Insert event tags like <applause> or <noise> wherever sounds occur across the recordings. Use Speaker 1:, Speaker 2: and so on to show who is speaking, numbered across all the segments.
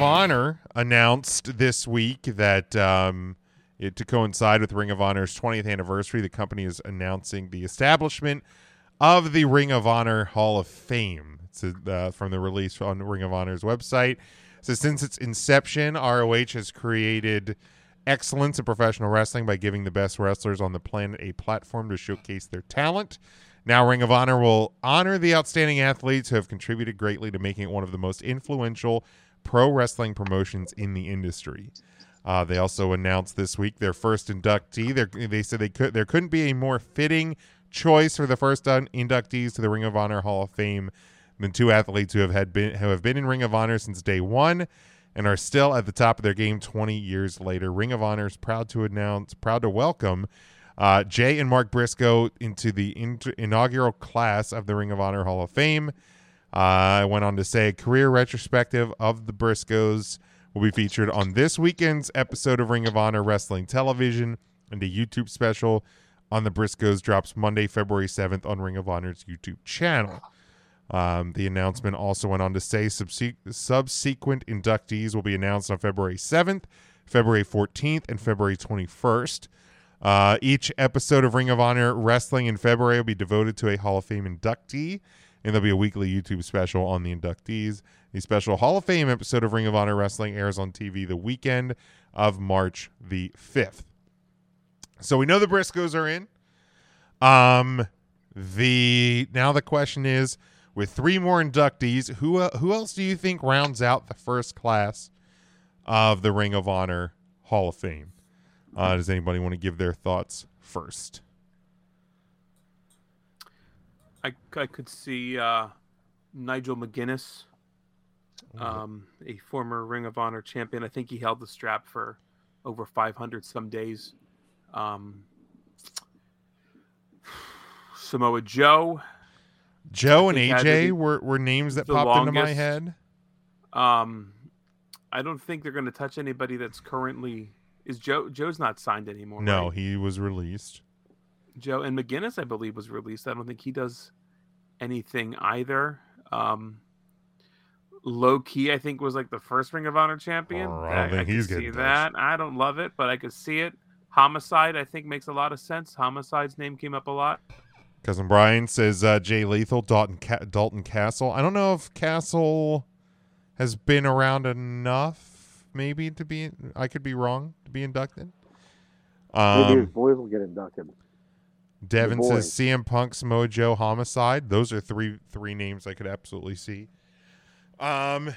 Speaker 1: Honor announced this week that um, it, to coincide with Ring of Honor's 20th anniversary, the company is announcing the establishment of the Ring of Honor Hall of Fame. It's uh, from the release on Ring of Honor's website. So since its inception, ROH has created excellence in professional wrestling by giving the best wrestlers on the planet a platform to showcase their talent. Now, Ring of Honor will honor the outstanding athletes who have contributed greatly to making it one of the most influential pro wrestling promotions in the industry. Uh, they also announced this week their first inductee. They're, they said they could there couldn't be a more fitting choice for the first un- inductees to the Ring of Honor Hall of Fame than two athletes who have had been who have been in Ring of Honor since day one and are still at the top of their game 20 years later. Ring of Honor is proud to announce, proud to welcome uh, Jay and Mark Briscoe into the inter- inaugural class of the Ring of Honor Hall of Fame. Uh, I went on to say a career retrospective of the Briscoes will be featured on this weekend's episode of Ring of Honor Wrestling Television and a YouTube special on the Briscoes drops Monday, February 7th on Ring of Honor's YouTube channel. Um, the announcement also went on to say subse- subsequent inductees will be announced on February 7th, February 14th, and February 21st. Uh, each episode of Ring of Honor Wrestling in February will be devoted to a Hall of Fame inductee, and there'll be a weekly YouTube special on the inductees. The special Hall of Fame episode of Ring of Honor Wrestling airs on TV the weekend of March the 5th. So we know the Briscoes are in. Um, the now the question is with three more inductees. Who uh, who else do you think rounds out the first class of the Ring of Honor Hall of Fame? Uh, does anybody want to give their thoughts first?
Speaker 2: I, I could see uh, Nigel McGuinness, um, a former Ring of Honor champion. I think he held the strap for over 500 some days. Um, Samoa Joe,
Speaker 1: Joe
Speaker 2: I
Speaker 1: and
Speaker 2: think either
Speaker 1: AJ
Speaker 2: the-
Speaker 1: were, were names that
Speaker 2: the
Speaker 1: popped into my
Speaker 2: longest-
Speaker 1: head.
Speaker 2: Um, I don't think they're going to touch anybody that's currently is Joe. Joe's not signed anymore.
Speaker 1: No,
Speaker 2: right?
Speaker 1: he was released.
Speaker 2: Joe and McGinnis, I believe, was released. I don't think he does anything either. Um, low key, I think was like the first Ring of Honor champion.
Speaker 1: Oh, I
Speaker 2: I,
Speaker 1: don't think
Speaker 2: I could
Speaker 1: he's
Speaker 2: see
Speaker 1: getting
Speaker 2: that. I don't love it, but I could see it. Homicide, I think, makes a lot of sense. Homicide's name came up a lot.
Speaker 1: Cousin Brian says uh, Jay Lethal, Dalton, Ca- Dalton Castle. I don't know if Castle has been around enough, maybe to be. I could be wrong to be inducted.
Speaker 3: Maybe his
Speaker 1: Um,
Speaker 3: boys will get inducted.
Speaker 1: Devin
Speaker 3: Good
Speaker 1: says CM Punk, Samoa Joe, Homicide. Those are three three names I could absolutely see. Um,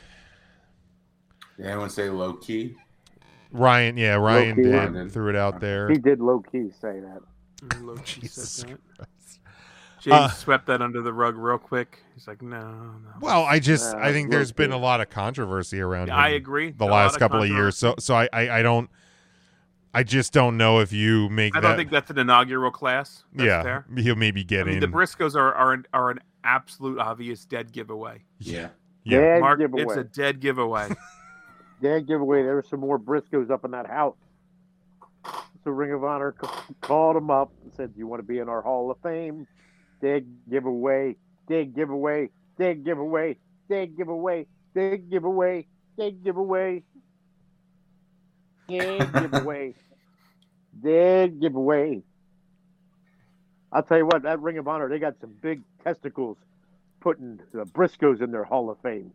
Speaker 4: Did anyone say low key?
Speaker 1: Ryan, yeah, Ryan
Speaker 3: Low-key.
Speaker 1: did
Speaker 4: Ryan.
Speaker 1: threw it out there.
Speaker 3: He did low key say that.
Speaker 2: Low key
Speaker 1: Jesus
Speaker 2: Mm, said that.
Speaker 1: Christ.
Speaker 2: James
Speaker 1: Uh,
Speaker 2: swept that under the rug real quick. He's like, no, no.
Speaker 1: Well, I just
Speaker 3: Uh,
Speaker 1: I think there's been a
Speaker 3: low-key.
Speaker 1: lot of controversy around.
Speaker 2: I
Speaker 1: him
Speaker 2: agree.
Speaker 1: the
Speaker 2: A lot
Speaker 1: last couple of
Speaker 2: controversy.
Speaker 1: years. So so I, I I don't. I just don't know if you make
Speaker 2: I
Speaker 1: that.
Speaker 2: don't think that's an inaugural class. That's
Speaker 1: yeah,
Speaker 2: fair.
Speaker 1: he'll maybe
Speaker 2: I
Speaker 1: get
Speaker 2: mean,
Speaker 1: in.
Speaker 2: the Briscoes are are an, are an absolute obvious dead giveaway.
Speaker 4: Yeah.
Speaker 1: Yeah.
Speaker 3: Dead
Speaker 2: Mark,
Speaker 3: giveaway.
Speaker 2: it's a dead
Speaker 3: <laughs>
Speaker 2: giveaway.
Speaker 3: Dead giveaway. There were some more Briscoes up in that house. So Ring of Honor ca- called him up and said, "Do you want to be in our Hall of Fame?" Dead giveaway. Dead giveaway. Dead giveaway. Dead giveaway. Dead giveaway. Dead giveaway. Dead giveaway. Dead giveaway. I'll tell you what, that Ring of Honor, they got some big testicles putting the Briscoes in their Hall of Fame.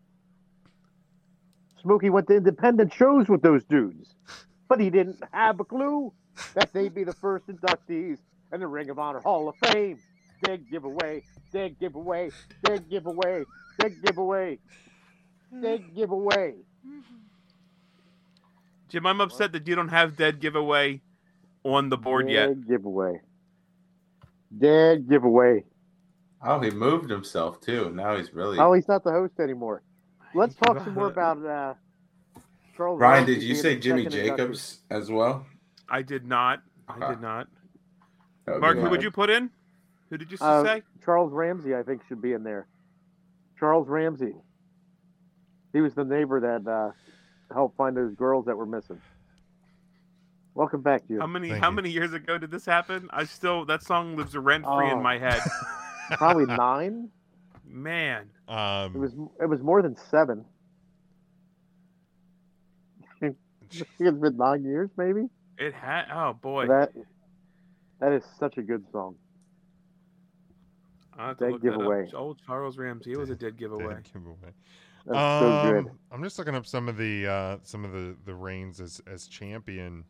Speaker 3: Smokey went to independent shows with those dudes, but he didn't have a clue that they'd be the first inductees in the Ring of Honor Hall of Fame. Dead giveaway, dead giveaway, dead giveaway, dead giveaway, dead giveaway.
Speaker 2: Jim, I'm upset that you don't have dead giveaway on the board yet.
Speaker 3: Dead giveaway. Dead giveaway.
Speaker 4: Oh, he moved himself too. Now he's really.
Speaker 3: Oh, he's not the host anymore. Let's talk some more about uh, Charles.
Speaker 4: Ryan,
Speaker 3: Ramsey
Speaker 4: did you
Speaker 3: being
Speaker 4: say
Speaker 3: the
Speaker 4: Jimmy
Speaker 3: second inductee.
Speaker 4: Jacobs as well?
Speaker 2: I did not. I
Speaker 3: Uh-huh.
Speaker 4: Okay.
Speaker 2: did not.
Speaker 4: That would
Speaker 2: Mark,
Speaker 4: be
Speaker 2: who would
Speaker 4: right.
Speaker 2: you put in? Who did you s-
Speaker 3: Uh,
Speaker 2: say?
Speaker 3: Charles Ramsey, I think, should be in there. Charles Ramsey. He was the neighbor that uh, helped find those girls that were missing. Welcome back, you.
Speaker 2: How many
Speaker 1: Thank
Speaker 2: how
Speaker 1: you.
Speaker 2: many years ago did this happen? I still that song lives rent free
Speaker 3: Oh.
Speaker 2: in my
Speaker 3: <laughs>
Speaker 2: head. <laughs>
Speaker 3: Probably nine.
Speaker 2: Man,
Speaker 3: It
Speaker 1: Um, <laughs>
Speaker 3: was it was more than seven. it's been nine years, maybe.
Speaker 2: It had. Oh boy.
Speaker 3: That that is such a good song.
Speaker 2: I'll have
Speaker 3: dead
Speaker 2: look that up.
Speaker 3: giveaway.
Speaker 2: Old Charles Ramsey. It was a dead giveaway.
Speaker 1: Dead giveaway.
Speaker 3: That's so
Speaker 1: um,
Speaker 3: good.
Speaker 1: I'm just looking up some of the uh, some of the the reigns as as champion.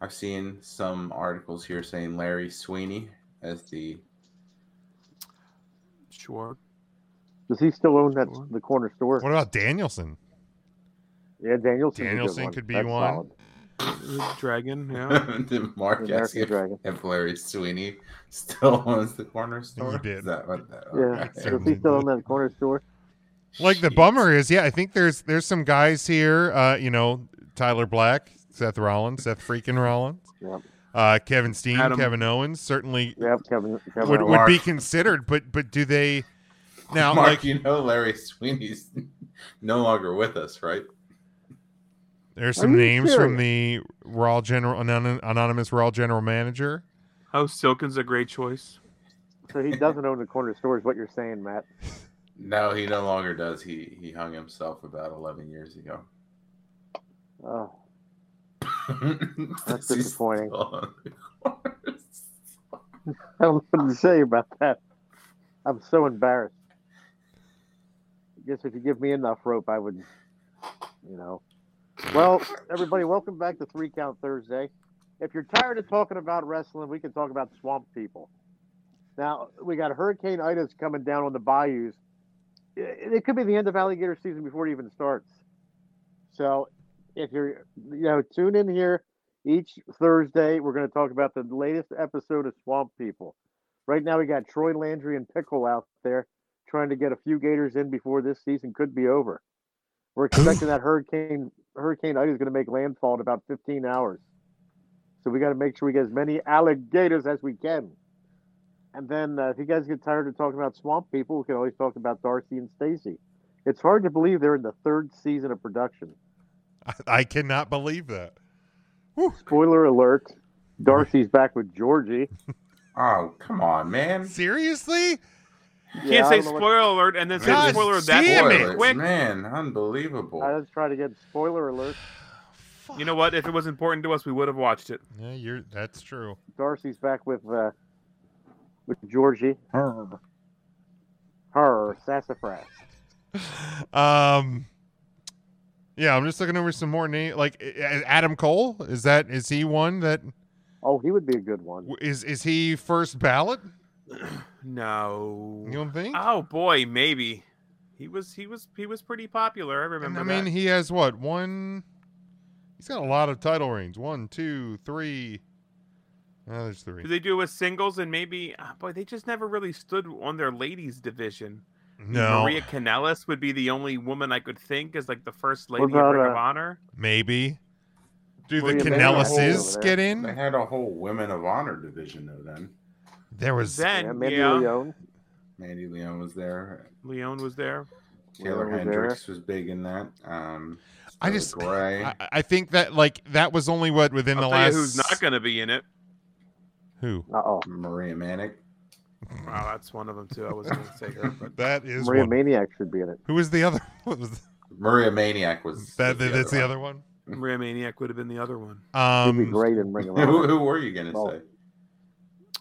Speaker 4: I've seen some articles here saying Larry Sweeney as the
Speaker 2: Sure.
Speaker 3: Does he still own that
Speaker 2: Sure.
Speaker 3: the corner store?
Speaker 1: What about Danielson?
Speaker 3: Yeah, Danielson.
Speaker 1: Danielson could be one.
Speaker 2: Dragon. Yeah.
Speaker 4: <laughs> the Mark
Speaker 3: Oh. The
Speaker 4: asking
Speaker 3: American
Speaker 4: if, if Larry Sweeney still <laughs> owns the corner store.
Speaker 1: did.
Speaker 4: Is that what that,
Speaker 3: Yeah,
Speaker 1: Okay.
Speaker 3: does he still own that corner store?
Speaker 1: Like the
Speaker 4: Jeez. <laughs>
Speaker 1: bummer is, yeah, I think there's there's some guys here. Uh, you know, Tyler Black, Seth Rollins, Seth freaking Rollins,
Speaker 3: Yep.
Speaker 1: uh, Kevin Steen,
Speaker 2: Adam-
Speaker 1: Kevin Owens, certainly
Speaker 3: Yep, Kevin. Kevin
Speaker 1: would,
Speaker 3: Owens.
Speaker 1: <laughs> would be
Speaker 4: Mark.
Speaker 1: considered. But but do they now?
Speaker 4: Mark,
Speaker 1: Like
Speaker 4: you know Larry Sweeney's <laughs> no longer with us, right?
Speaker 1: there's
Speaker 3: Are
Speaker 1: some
Speaker 3: you
Speaker 1: names from the Raw general anon- anonymous Raw general manager. <laughs>
Speaker 2: oh, Silken's a great choice.
Speaker 3: So he doesn't own the corner store, is what you're saying, Matt.
Speaker 4: No, he no longer does. He he hung himself about eleven years ago. <laughs>
Speaker 3: Oh,
Speaker 4: That's
Speaker 2: <laughs>
Speaker 3: disappointing. <laughs> I don't know what to say about that. I'm so embarrassed. I guess if you give me enough rope, I would, you know. Well, everybody, welcome back to Three Count Thursday. If you're tired of talking about wrestling, we can talk about swamp people. Now, we got Hurricane Ida's coming down on the bayous. It it could be the end of alligator season before it even starts. So if you're, you know, tune in here each Thursday, we're going to talk about the latest episode of Swamp People. Right now, we got Troy Landry and Pickle out there trying to get a few Gators in before this season could be over. We're expecting that Hurricane Hurricane Ida is going to make landfall in about 15 hours. So we got to make sure we get as many alligators as we can. And then, uh, if you guys get tired of talking about Swamp People, we can always talk about Darcy and Stacy. It's hard to believe they're in the third season of production.
Speaker 1: I, I cannot believe that. Whew.
Speaker 3: Spoiler alert: Darcy's back with Georgie.
Speaker 4: Oh come on, man!
Speaker 1: Seriously?
Speaker 2: You
Speaker 3: Yeah, I
Speaker 2: can't say
Speaker 3: don't know what-
Speaker 2: spoiler alert and then say
Speaker 1: God
Speaker 2: spoiler alert
Speaker 1: damn it.
Speaker 2: that
Speaker 4: Spoilers,
Speaker 2: quick.
Speaker 4: man! Unbelievable.
Speaker 3: I was trying to get spoiler alert.
Speaker 1: Fuck.
Speaker 2: You know what? If it was important to us, we would have watched it.
Speaker 1: Yeah, you're. That's true.
Speaker 3: Darcy's back with uh, with Georgie. Her, her sassafras.
Speaker 1: um yeah i'm just looking over some more name like a- a- adam cole is that is he one that
Speaker 3: Oh, he would be a good one.
Speaker 1: is is he first ballot
Speaker 2: No.
Speaker 1: you don't think
Speaker 2: Oh boy, maybe. He was he was he was pretty popular. I
Speaker 1: And,
Speaker 2: remember.
Speaker 1: i mean
Speaker 2: that.
Speaker 1: he has what one he's got a lot of title reigns one two three oh, there's
Speaker 2: Did
Speaker 1: three
Speaker 2: they do it with singles and maybe ah, boy they just never really stood on their ladies division.
Speaker 1: no
Speaker 2: Maria Canellis would be the only woman I could think as like the first
Speaker 3: What
Speaker 2: lady
Speaker 3: about,
Speaker 2: of Ring
Speaker 3: uh,
Speaker 2: of Honor.
Speaker 1: maybe do the
Speaker 3: Maria
Speaker 1: canellises
Speaker 3: Menounos.
Speaker 1: get
Speaker 4: They
Speaker 1: in
Speaker 4: had a whole Women of Honor division though. Then
Speaker 1: there was
Speaker 3: yeah, uh,
Speaker 2: Then
Speaker 3: Mandy
Speaker 2: yeah,
Speaker 3: Leone.
Speaker 4: Mandy Leon was there.
Speaker 2: Leon was there.
Speaker 4: Taylor
Speaker 3: Leon was
Speaker 4: Hendricks was big in that. Um,
Speaker 1: i
Speaker 4: Stella
Speaker 1: just
Speaker 4: Gray.
Speaker 1: I, I think that like that was only what within the
Speaker 2: I'll tell you
Speaker 1: last
Speaker 2: who's not going to be in it.
Speaker 1: who
Speaker 3: Uh oh,
Speaker 4: Maria Manic.
Speaker 2: Wow, that's one of them too. I was going to say
Speaker 1: <laughs>
Speaker 2: her, but
Speaker 1: that is
Speaker 3: Maria
Speaker 1: one.
Speaker 3: Maniac should be in it.
Speaker 1: Who was the other? <laughs> What was
Speaker 4: Maria Maniac was
Speaker 1: that?
Speaker 4: was
Speaker 1: that's the
Speaker 4: one.
Speaker 1: other one.
Speaker 2: Maria Maniac would have been the other one.
Speaker 3: He'd be
Speaker 1: Um,
Speaker 3: great in
Speaker 1: <laughs>
Speaker 3: Ring of
Speaker 4: <laughs> Who,
Speaker 3: Honor.
Speaker 4: who were you gonna
Speaker 3: Oh.
Speaker 4: say?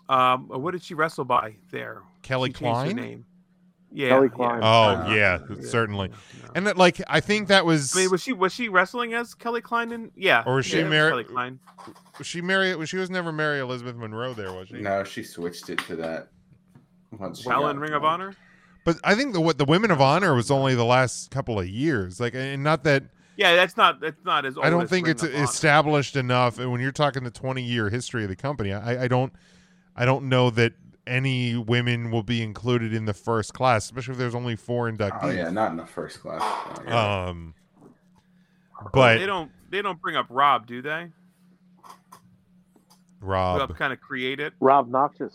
Speaker 2: Um, what did she wrestle by there?
Speaker 1: Kelly
Speaker 2: She changed her
Speaker 1: Klein.
Speaker 2: name. Yeah,
Speaker 3: Kelly
Speaker 2: yeah.
Speaker 3: Klein.
Speaker 1: Oh
Speaker 4: Uh,
Speaker 1: yeah,
Speaker 2: yeah,
Speaker 1: certainly.
Speaker 2: yeah, yeah.
Speaker 1: And that, like, I think that was.
Speaker 2: I mean, was she was she wrestling as Kelly Klein? In, yeah,
Speaker 1: Or was she
Speaker 2: yeah, it
Speaker 1: mar-
Speaker 2: Kelly Klein.
Speaker 1: was she Mary? was She was never Mary Elizabeth Monroe. There was she.
Speaker 4: No, she switched it to that. Once she
Speaker 2: Well,
Speaker 4: got
Speaker 2: in Ring of Honor.
Speaker 1: But I think the what the Women of Honor was only the last couple of years. Like, and not that
Speaker 2: Yeah, that's not that's not as. Old
Speaker 1: I don't
Speaker 2: as
Speaker 1: think
Speaker 2: Ring
Speaker 1: it's
Speaker 2: of Honor.
Speaker 1: established enough. And when you're talking the 20 year history of the company, I, I don't, I don't know that any women will be included in the first class, especially if there's only four inductees.
Speaker 4: Oh yeah, not in the first class. Oh, yeah.
Speaker 1: Um,
Speaker 2: they
Speaker 1: but
Speaker 2: don't they don't bring up Rob, do they? Rob
Speaker 1: Rob,
Speaker 2: kind of create it.
Speaker 3: Rob Noxious.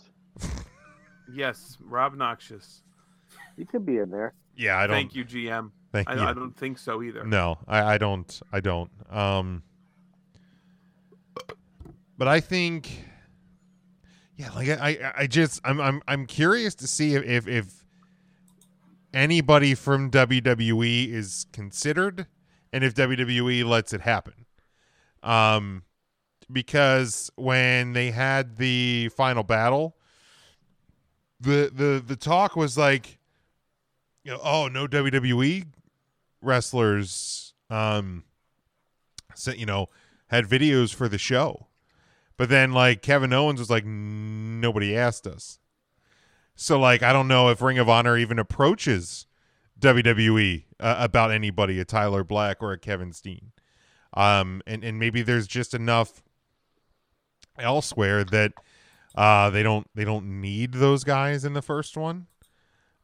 Speaker 2: Yes, Rob Noxious.
Speaker 3: He could be in there.
Speaker 1: yeah, I don't.
Speaker 2: Thank you, GM.
Speaker 1: thank
Speaker 2: I,
Speaker 1: you.
Speaker 2: I don't think so either.
Speaker 1: No, I, I don't. I don't. Um, but I think, yeah, like I, I- I just, I'm, I'm, I'm curious to see if, if, if anybody E from WWE is considered, and if WWE lets E it happen. um, because when they had the final battle, the the the talk was like, you know, oh no WWE wrestlers, um, sent you know had videos for the show, but then like Kevin Owens was like, nobody asked us, so like I don't know if Ring of Honor even approaches WWE uh, about anybody, a Tyler Black or a Kevin Steen um, and and maybe there's just enough elsewhere that uh, they don't they don't need those guys in the first one.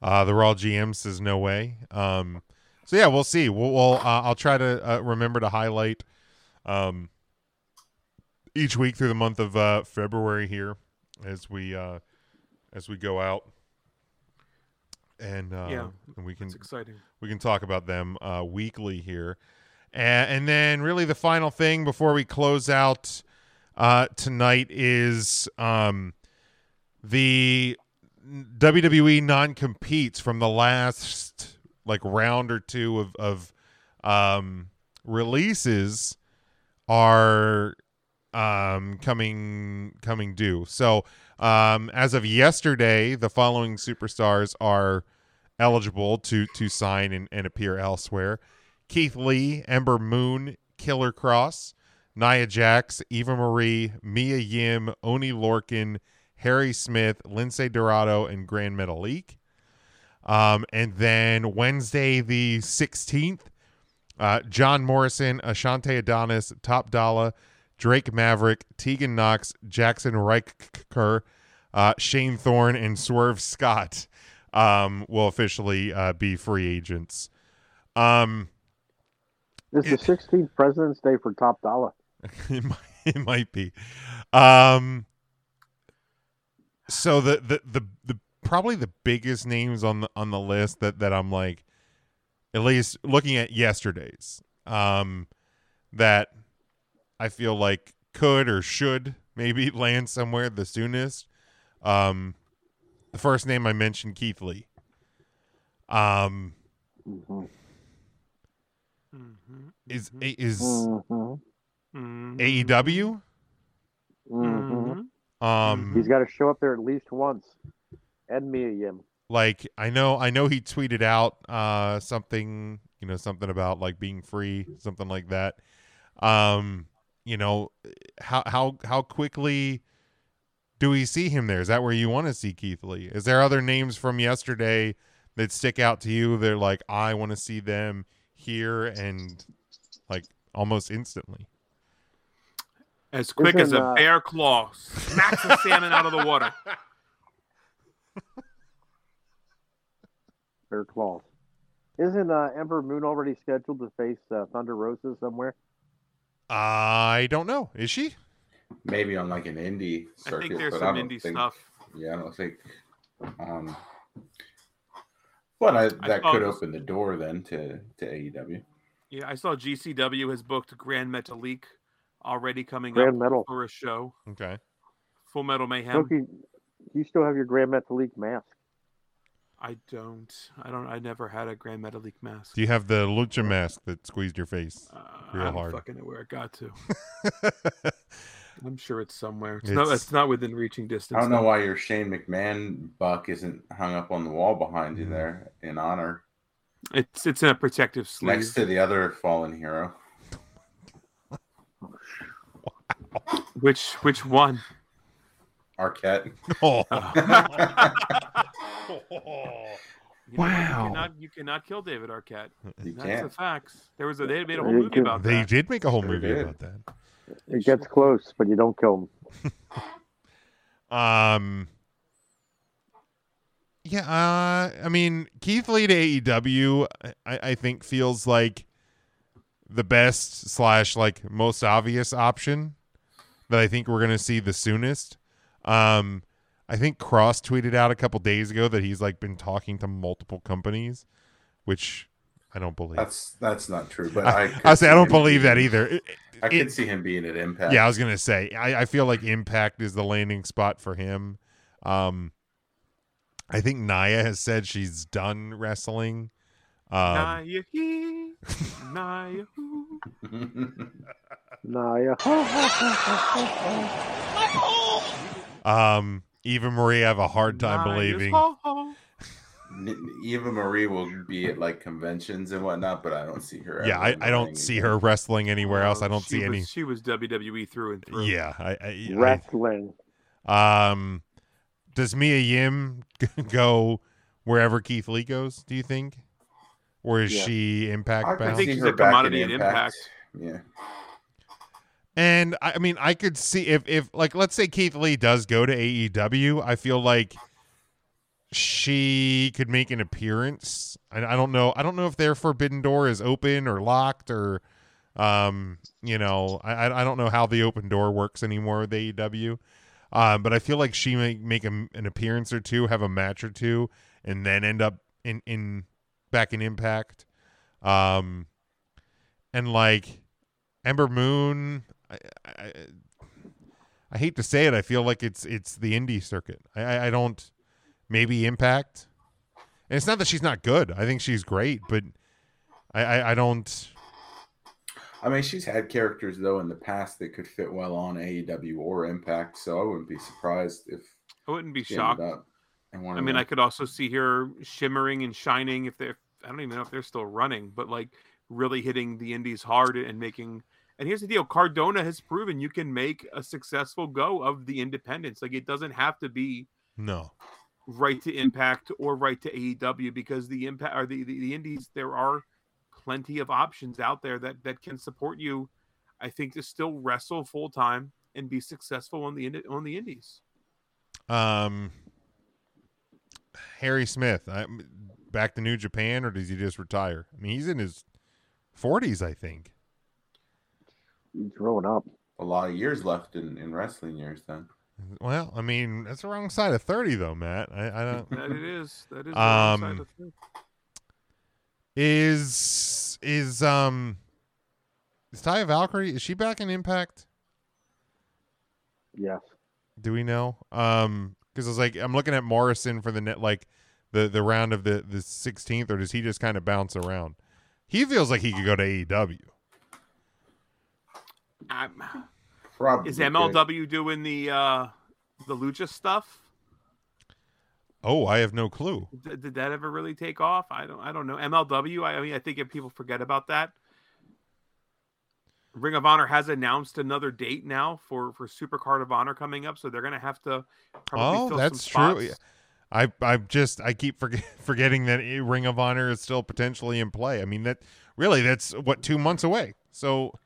Speaker 1: Uh, the Raw GM says no way. Um, so yeah, we'll see. We'll, we'll uh, I'll try to uh, remember to highlight um, each week through the month of uh, February here as we uh, as we go out. And uh,
Speaker 2: Yeah,
Speaker 1: and we can
Speaker 2: It's exciting.
Speaker 1: we can talk about them uh, weekly here. A- And, and then, really, the final thing before we close out uh, tonight is um, the WWE non competes from the last like round or two of, of um, releases are um, coming coming due. So um, as of yesterday, the following superstars are eligible to to sign and, and appear elsewhere. Keith Lee, Ember Moon, Killer Cross, Nia Jax, Eva Marie, Mia Yim, Oni Lorkin, Harry Smith, Lindsay Dorado, and Grand Metalik. Um, and then Wednesday the 16th, uh, John Morrison, Ashante Adonis, Top Dollar, Drake Maverick, Tegan Knox, Jackson Riker, uh, Shane Thorne, and Swerve Scott um, will officially uh, be free agents. Um, <laughs>
Speaker 3: Is the 16th President's Day for Top Dollar?
Speaker 1: it, might, it might be. Um, so the, the the the probably the biggest names on the on the list that that I'm like, at least looking at yesterday's, um, that I feel like could or should maybe <laughs> land somewhere the soonest. Um, the first name I mentioned, Keith Lee. Um,
Speaker 3: Mhm.
Speaker 2: Mhm,
Speaker 1: is
Speaker 2: mhm,
Speaker 1: is
Speaker 3: Mhm.
Speaker 2: mhm,
Speaker 1: AEW? Mm-hmm.
Speaker 2: mhm.
Speaker 3: Mhm.
Speaker 1: E Um,
Speaker 3: He's got to show up there at least once. And Mia Yim.
Speaker 1: like i know i know he tweeted out uh something you know something about like being free something like that um you know how how how quickly do we see him there is that where you want to see keith lee is there other names from yesterday that stick out to you they're like i want to see them here and like almost instantly
Speaker 2: As quick as
Speaker 3: Isn't,
Speaker 2: a
Speaker 3: uh,
Speaker 2: bear claw smacks the salmon out of the water.
Speaker 3: Bear claws. Isn't uh, Ember Moon already scheduled to face uh, Thunder Rosa somewhere?
Speaker 1: i don't know is she
Speaker 4: Maybe on like an indie
Speaker 2: I
Speaker 4: circuit.
Speaker 2: think there's
Speaker 4: but I
Speaker 2: some
Speaker 4: don't
Speaker 2: indie
Speaker 4: think,
Speaker 2: stuff.
Speaker 4: Yeah, I don't think. Um, but I, that
Speaker 2: saw
Speaker 4: could
Speaker 2: this-
Speaker 4: open the door then to to E AEW.
Speaker 2: Yeah, I saw GCW has booked Grand Metalik already coming
Speaker 3: Grand
Speaker 2: up
Speaker 3: Metal.
Speaker 2: for a show.
Speaker 1: okay
Speaker 2: Full Metal Mayhem.
Speaker 3: Toki, you still have your Grand Metalik mask.
Speaker 2: I don't. I don't. I never had a Grand Metalik mask.
Speaker 1: do you have the lucha mask that squeezed your face
Speaker 2: Uh,
Speaker 1: Real
Speaker 2: I don't
Speaker 1: hard.
Speaker 2: fucking know where it got to. I'm sure it's somewhere. It's, not.
Speaker 1: It's-
Speaker 2: It's not within reaching distance.
Speaker 4: I don't know
Speaker 2: though.
Speaker 4: why your Shane McMahon buck isn't hung up on the wall behind
Speaker 1: Mm.
Speaker 4: you there in honor
Speaker 2: It's it's in a protective sleeve.
Speaker 4: next to the other fallen hero.
Speaker 2: Which which one?
Speaker 1: <laughs>
Speaker 4: Arquette.
Speaker 1: oh.
Speaker 4: <laughs>
Speaker 2: You know what?
Speaker 5: Wow.
Speaker 2: You cannot, you cannot kill David Arquette.
Speaker 4: you
Speaker 2: That's the
Speaker 4: can't.
Speaker 2: facts. There was a they made a whole
Speaker 3: They
Speaker 2: movie
Speaker 3: do.
Speaker 2: about
Speaker 1: They
Speaker 2: that.
Speaker 1: did make a whole
Speaker 4: Sure
Speaker 1: movie
Speaker 4: did.
Speaker 1: about that.
Speaker 3: It gets close, but you don't kill him.
Speaker 1: Um, yeah, uh, I mean, Keith Lee to AEW, I, I think feels like the best slash like most obvious option that I think we're gonna see the soonest. Um, I think Cross tweeted out a couple days ago that he's like been talking to multiple companies, which I don't believe.
Speaker 4: That's that's not true. But
Speaker 1: <laughs>
Speaker 4: I
Speaker 1: I,
Speaker 4: could
Speaker 1: I say
Speaker 4: see
Speaker 1: I don't
Speaker 4: him
Speaker 1: believe that
Speaker 4: being-
Speaker 1: either. It-
Speaker 4: I
Speaker 1: it-
Speaker 4: could see him being at Impact.
Speaker 1: Yeah, I was gonna say. I, I feel like Impact is the landing spot for him. Um, I think Naya has said she's done wrestling. Um, <laughs>
Speaker 2: Naya he, Naya who.
Speaker 3: Naya.
Speaker 1: Um, Eva Marie, I have a hard time
Speaker 2: Nice.
Speaker 1: believing.
Speaker 2: Ho, ho.
Speaker 4: N- <laughs> Eva Marie will be at like conventions and whatnot, but I don't see her.
Speaker 1: Yeah,
Speaker 4: ever
Speaker 1: I,
Speaker 4: in the
Speaker 1: I
Speaker 4: ring
Speaker 1: don't see
Speaker 4: again.
Speaker 1: her wrestling anywhere else. I don't
Speaker 2: Um, She
Speaker 1: see
Speaker 2: was-
Speaker 1: any.
Speaker 2: She was WWE through and through.
Speaker 1: Yeah, I, I, I
Speaker 3: Wrestling.
Speaker 1: Um, does Mia Yim <laughs> go wherever Keith Lee goes? Do you think, or is
Speaker 3: Yeah.
Speaker 1: she Impact
Speaker 4: I
Speaker 2: I
Speaker 1: bound?
Speaker 4: think
Speaker 2: think
Speaker 4: she's
Speaker 2: she's
Speaker 4: her
Speaker 2: a
Speaker 4: back in
Speaker 2: commodity at
Speaker 4: Impact.
Speaker 2: Impact.
Speaker 4: Yeah.
Speaker 1: and I, I mean, I could see if if like let's say Keith Lee does go to AEW, I feel like she could make an appearance. I, I don't know. I don't know if their Forbidden Door is open or locked or. Um, you know, I I- I don't know how the open door works anymore with AEW, um, but I feel like she may make a, an appearance or two, have a match or two, and then end up in in back in Impact, um, and like Ember Moon, I, I I hate to say it, I feel like it's it's the indie circuit. I- I I don't maybe Impact, and it's not that she's not good. I think she's great, but I I, I don't.
Speaker 4: I mean, she's had characters though in the past that could fit well on AEW or Impact, so I wouldn't be surprised if
Speaker 2: I wouldn't be
Speaker 4: she
Speaker 2: shocked.
Speaker 4: ended up. in one
Speaker 2: I
Speaker 4: of
Speaker 2: mean,
Speaker 4: them.
Speaker 2: I could also see her shimmering and shining if they're, I don't even know if they're still running, but like really hitting the indies hard and making. And here's the deal Cardona has proven you can make a successful go of the independence. Like it doesn't have to be
Speaker 1: No.
Speaker 2: right to impact or right to AEW because the impact or the, the, the indies, there are plenty of options out there that, that can support you. I think to still wrestle full time and be successful on the indi- on the indies.
Speaker 1: Um, Harry Smith, I, back to New Japan, or does he just retire? I mean, he's in his forties, I think.
Speaker 3: He's growing up.
Speaker 4: a lot of years left in, in wrestling years then.
Speaker 1: Well, I mean, that's the wrong side of thirty, though, Matt. I, I don't.
Speaker 2: That it is. That is. the wrong side
Speaker 1: Um,
Speaker 2: of things.
Speaker 1: is is um is Ty Valkyrie? Is she back in Impact?
Speaker 3: Yes.
Speaker 1: Do we know? Um, because I was like, I'm looking at Morrison for the net, like the the round of the the 16th, or does he just kind of bounce around? He feels like he could go to E AEW.
Speaker 2: I'm-
Speaker 4: Probably
Speaker 2: is
Speaker 4: good.
Speaker 2: MLW doing the uh the lucha stuff?
Speaker 1: Oh, I have no clue.
Speaker 2: Did, did that ever really take off? I don't. I don't know. MLW. I, I mean, I think if people forget about that, Ring of Honor has announced another date now for for Super Card of Honor coming up, so they're gonna have to. Probably
Speaker 1: Oh,
Speaker 2: fill
Speaker 1: that's
Speaker 2: some
Speaker 1: true.
Speaker 2: spots.
Speaker 1: I I just I keep forget, <laughs> forgetting that eh, Ring of Honor is still potentially in play. I mean that really that's what two months away. So,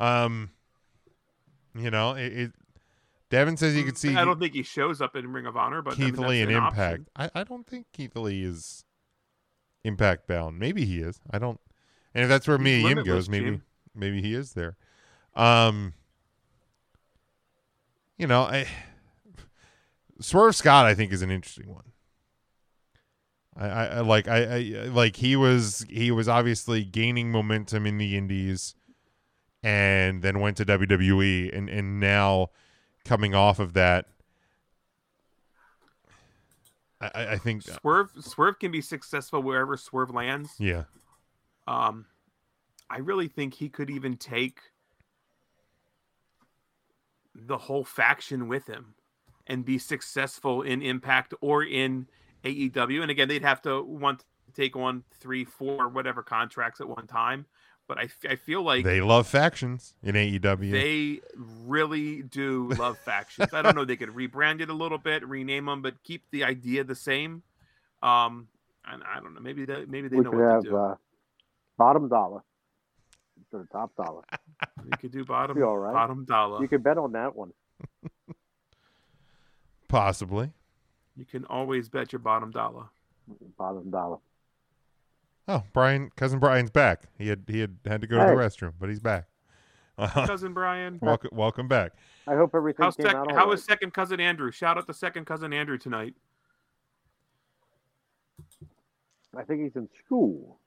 Speaker 1: um, you know it. it Devin says you could see
Speaker 2: I don't think he shows up in Ring of Honor, but I mean,
Speaker 1: Keith Lee
Speaker 2: that's
Speaker 1: and
Speaker 2: an
Speaker 1: Impact.
Speaker 2: option.
Speaker 1: I, I don't think Keith Lee is Impact bound. Maybe he is. I don't. And if that's where
Speaker 2: He's
Speaker 1: Mia Yim
Speaker 2: limitless,
Speaker 1: goes, maybe
Speaker 2: Jim.
Speaker 1: maybe he is there. Um, you know, I Swerve Scott I think is an interesting one. I, I, I like I, I like he was he was obviously gaining momentum in the Indies, and then went to WWE, and and now coming off of that, I- I, I think uh,
Speaker 2: Swerve Swerve can be successful wherever Swerve lands.
Speaker 1: yeah
Speaker 2: Um, I really think he could even take the whole faction with him and be successful in Impact or in AEW. And again, they'd have to want to take on three, four, whatever contracts at one time. But I, f- I feel like they,
Speaker 1: they love factions in E AEW.
Speaker 2: really do love factions. I don't know. They could rebrand it a little bit, rename them, but keep the idea the same. Um, and I don't know. Maybe that maybe they
Speaker 3: we
Speaker 2: know
Speaker 3: could
Speaker 2: what
Speaker 3: have
Speaker 2: to do.
Speaker 3: uh, bottom dollar instead of top dollar.
Speaker 2: You could do bottom
Speaker 3: be all right.
Speaker 2: bottom dollar.
Speaker 3: You could bet on that one.
Speaker 1: possibly.
Speaker 2: You can always bet your
Speaker 1: <laughs>
Speaker 2: bottom dollar.
Speaker 3: Bottom dollar.
Speaker 1: Oh, Brian, cousin Brian's back. He had he had had to go to
Speaker 3: Hey.
Speaker 1: the restroom, but he's back. <laughs>
Speaker 2: <laughs>
Speaker 1: Uh,
Speaker 2: Cousin Brian.
Speaker 1: welcome, welcome back.
Speaker 3: I hope everything
Speaker 2: How's
Speaker 3: came
Speaker 2: sec-
Speaker 3: out all
Speaker 2: how
Speaker 3: right.
Speaker 2: is second cousin Andrew? Shout out to second cousin Andrew tonight.
Speaker 3: I think he's in school.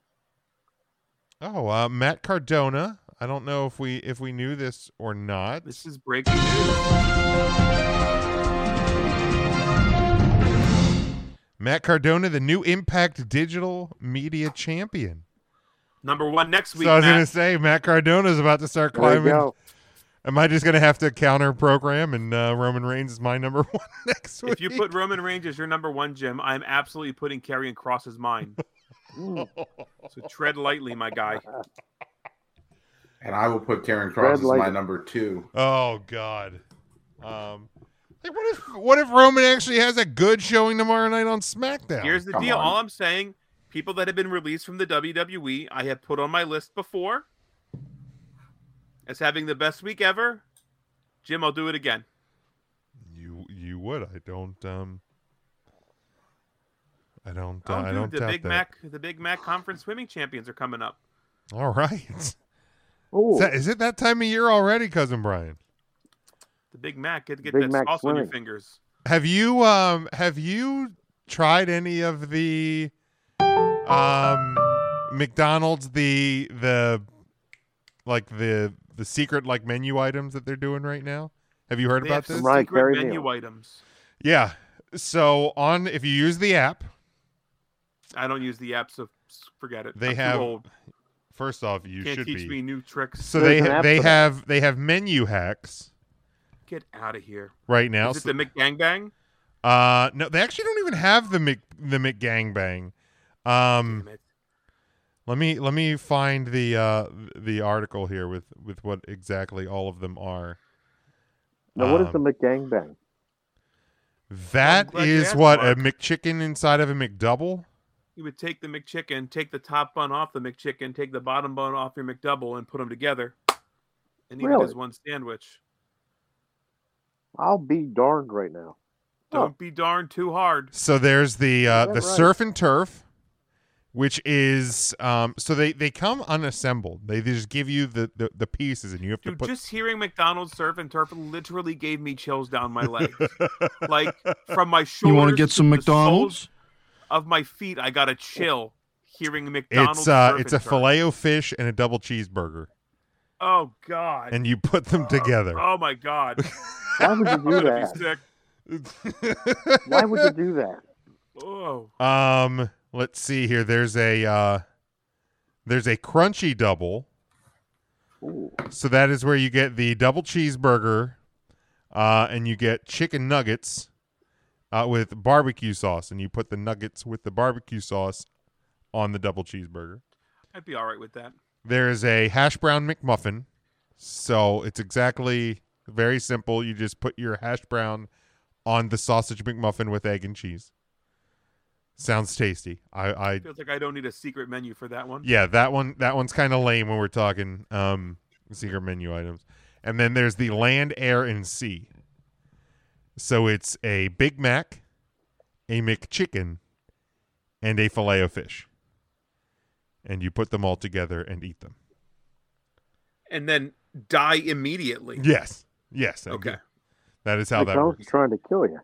Speaker 1: Oh, uh, Matt Cardona. I don't know if we if we knew this or not.
Speaker 2: This is breaking news.
Speaker 1: Matt Cardona, the new Impact Digital Media Champion.
Speaker 2: Number one next week.
Speaker 1: so I was
Speaker 2: Matt.
Speaker 1: gonna say Matt Cardona is about to start
Speaker 3: There you
Speaker 1: climbing
Speaker 3: go.
Speaker 1: Am I just gonna have to counter program and uh, Roman Reigns is my number <laughs> one next week?
Speaker 2: If you put Roman Reigns as your number one, Jim, I'm absolutely putting Karrion Cross
Speaker 1: <laughs>
Speaker 2: as mine.
Speaker 3: Mm.
Speaker 2: So tread lightly, my
Speaker 4: <laughs>
Speaker 2: guy.
Speaker 4: And I will put Karen Cross as
Speaker 3: light.
Speaker 4: my number two.
Speaker 1: oh God, um, like what if what if Roman actually has a good showing tomorrow night on SmackDown?
Speaker 2: Here's the
Speaker 4: Come
Speaker 2: deal.
Speaker 4: on.
Speaker 2: All I'm saying, people that have been released from the WWE, I have put on my list before as having the best week ever. Jim, I'll do it again.
Speaker 1: you you would. I don't um. I don't. Uh,
Speaker 2: Oh,
Speaker 1: I
Speaker 2: dude,
Speaker 1: don't
Speaker 2: the
Speaker 1: doubt
Speaker 2: Big
Speaker 1: that.
Speaker 2: Mac, the Big Mac Conference swimming champions are coming up.
Speaker 1: All right. <laughs>
Speaker 3: Oh,
Speaker 1: Is, that, is it that time of year already, cousin Brian?
Speaker 2: The Big Mac, get get
Speaker 3: Big
Speaker 2: that
Speaker 3: Mac
Speaker 2: sauce on your
Speaker 3: swimming.
Speaker 2: fingers.
Speaker 1: Have you um have you tried any of the um McDonald's the the like the the secret like menu items that they're doing right now? Have you heard
Speaker 2: They
Speaker 1: about
Speaker 2: have
Speaker 1: this?
Speaker 3: Right,
Speaker 2: secret
Speaker 3: Carrie
Speaker 2: menu
Speaker 3: Neal.
Speaker 2: items.
Speaker 1: Yeah. So on if you use the app,
Speaker 2: I don't use the app, so forget it.
Speaker 1: They
Speaker 2: I'm too
Speaker 1: have-
Speaker 2: old.
Speaker 1: first off, you
Speaker 2: can't
Speaker 1: should
Speaker 2: teach
Speaker 1: be.
Speaker 2: me new tricks.
Speaker 1: So
Speaker 3: There's
Speaker 1: they
Speaker 3: an app
Speaker 1: they
Speaker 3: for that.
Speaker 1: have they have menu hacks
Speaker 2: Get out of here.
Speaker 1: right now.
Speaker 2: Is
Speaker 1: So-
Speaker 2: it the McGangbang?
Speaker 1: uh no, they actually don't even have the Mc, the McGangbang. Um
Speaker 2: Damn it.
Speaker 1: Let me let me find the uh the article here with with what exactly all of them are.
Speaker 3: now what is
Speaker 1: um,
Speaker 3: the McGangbang?
Speaker 1: That
Speaker 2: glad you
Speaker 1: is
Speaker 2: asked,
Speaker 1: what a
Speaker 2: Mark.
Speaker 1: McChicken inside of a McDouble.
Speaker 2: You would take the McChicken, take the top bun off the McChicken, take the bottom bun off your McDouble, and put them together, and eat it
Speaker 3: Really?
Speaker 2: as one sandwich.
Speaker 3: I'll be darned right now. Huh.
Speaker 2: Don't be darn too hard.
Speaker 1: So there's the uh,
Speaker 3: that
Speaker 1: the
Speaker 3: right?
Speaker 1: surf and turf, which is um so they they come unassembled. They, they just give you the, the the pieces and you have to
Speaker 2: Dude,
Speaker 1: put
Speaker 2: just hearing McDonald's surf and turf literally gave me chills down
Speaker 1: <laughs>
Speaker 2: my legs, like from my shoulders.
Speaker 5: You want to get some
Speaker 2: the soles
Speaker 5: McDonald's?
Speaker 2: Of my feet, I got a chill hearing McDonald's.
Speaker 1: it's uh
Speaker 2: surf
Speaker 1: it's a
Speaker 2: and turf.
Speaker 1: filet o fish and a double cheeseburger
Speaker 2: Oh God.
Speaker 1: and you put
Speaker 2: <laughs>
Speaker 1: them together.
Speaker 2: oh my God.
Speaker 1: <laughs>
Speaker 3: Why would you <laughs>
Speaker 2: I'm
Speaker 3: do
Speaker 2: gonna be
Speaker 3: that?
Speaker 2: sick.
Speaker 3: Why would you do that?
Speaker 2: Oh.
Speaker 1: Um, let's see here. There's a uh, there's a crunchy double.
Speaker 3: Ooh.
Speaker 1: So that is where you get the double cheeseburger, uh, and you get chicken nuggets uh, with barbecue sauce, and you put the nuggets with the barbecue sauce on the double cheeseburger.
Speaker 2: I'd be all right with that.
Speaker 1: There is a hash brown McMuffin. So it's exactly very simple. You just put your hash brown on the sausage McMuffin with egg and cheese. Sounds tasty. I, I
Speaker 2: Feels like I don't need a secret menu for that one.
Speaker 1: yeah, that one that one's kind of lame when we're talking um secret menu items. And then there's the land, air, and sea. So it's a Big Mac, a McChicken, and a filet o fish. And you put them all together and eat them.
Speaker 2: And then die immediately.
Speaker 1: Yes. Yes. and
Speaker 2: Okay.
Speaker 1: That is how that
Speaker 3: McDonald's
Speaker 1: works.
Speaker 3: is trying to kill you.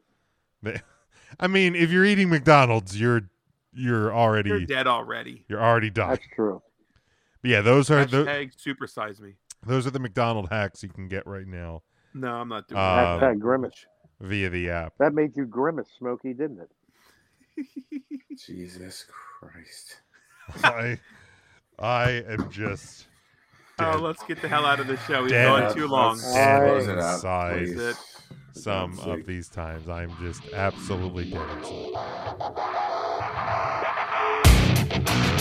Speaker 1: I mean, if you're eating McDonald's, you're you're already
Speaker 2: You're
Speaker 1: you're,
Speaker 2: dead already.
Speaker 1: already dying.
Speaker 3: That's true.
Speaker 1: But yeah, those are the,
Speaker 2: Hashtag supersize me.
Speaker 1: those are the McDonald hacks you can get right now
Speaker 2: No, I'm not doing
Speaker 1: Uh,
Speaker 2: that.
Speaker 3: <laughs> Hashtag grimace.
Speaker 1: via the app.
Speaker 3: That made you grimace, Smokey, didn't it?
Speaker 4: Jesus Christ.
Speaker 1: I I am just
Speaker 2: Oh,
Speaker 1: dead.
Speaker 2: let's get the hell out of this show. We've
Speaker 1: Dead.
Speaker 2: gone
Speaker 1: Not
Speaker 2: too
Speaker 4: Let's-
Speaker 2: long.
Speaker 4: let's
Speaker 3: Dead.
Speaker 4: Close it out.
Speaker 1: Size.
Speaker 4: please.
Speaker 2: That's
Speaker 4: For
Speaker 1: some
Speaker 4: God's
Speaker 1: of
Speaker 4: sake.
Speaker 1: these times. I'm just absolutely dead.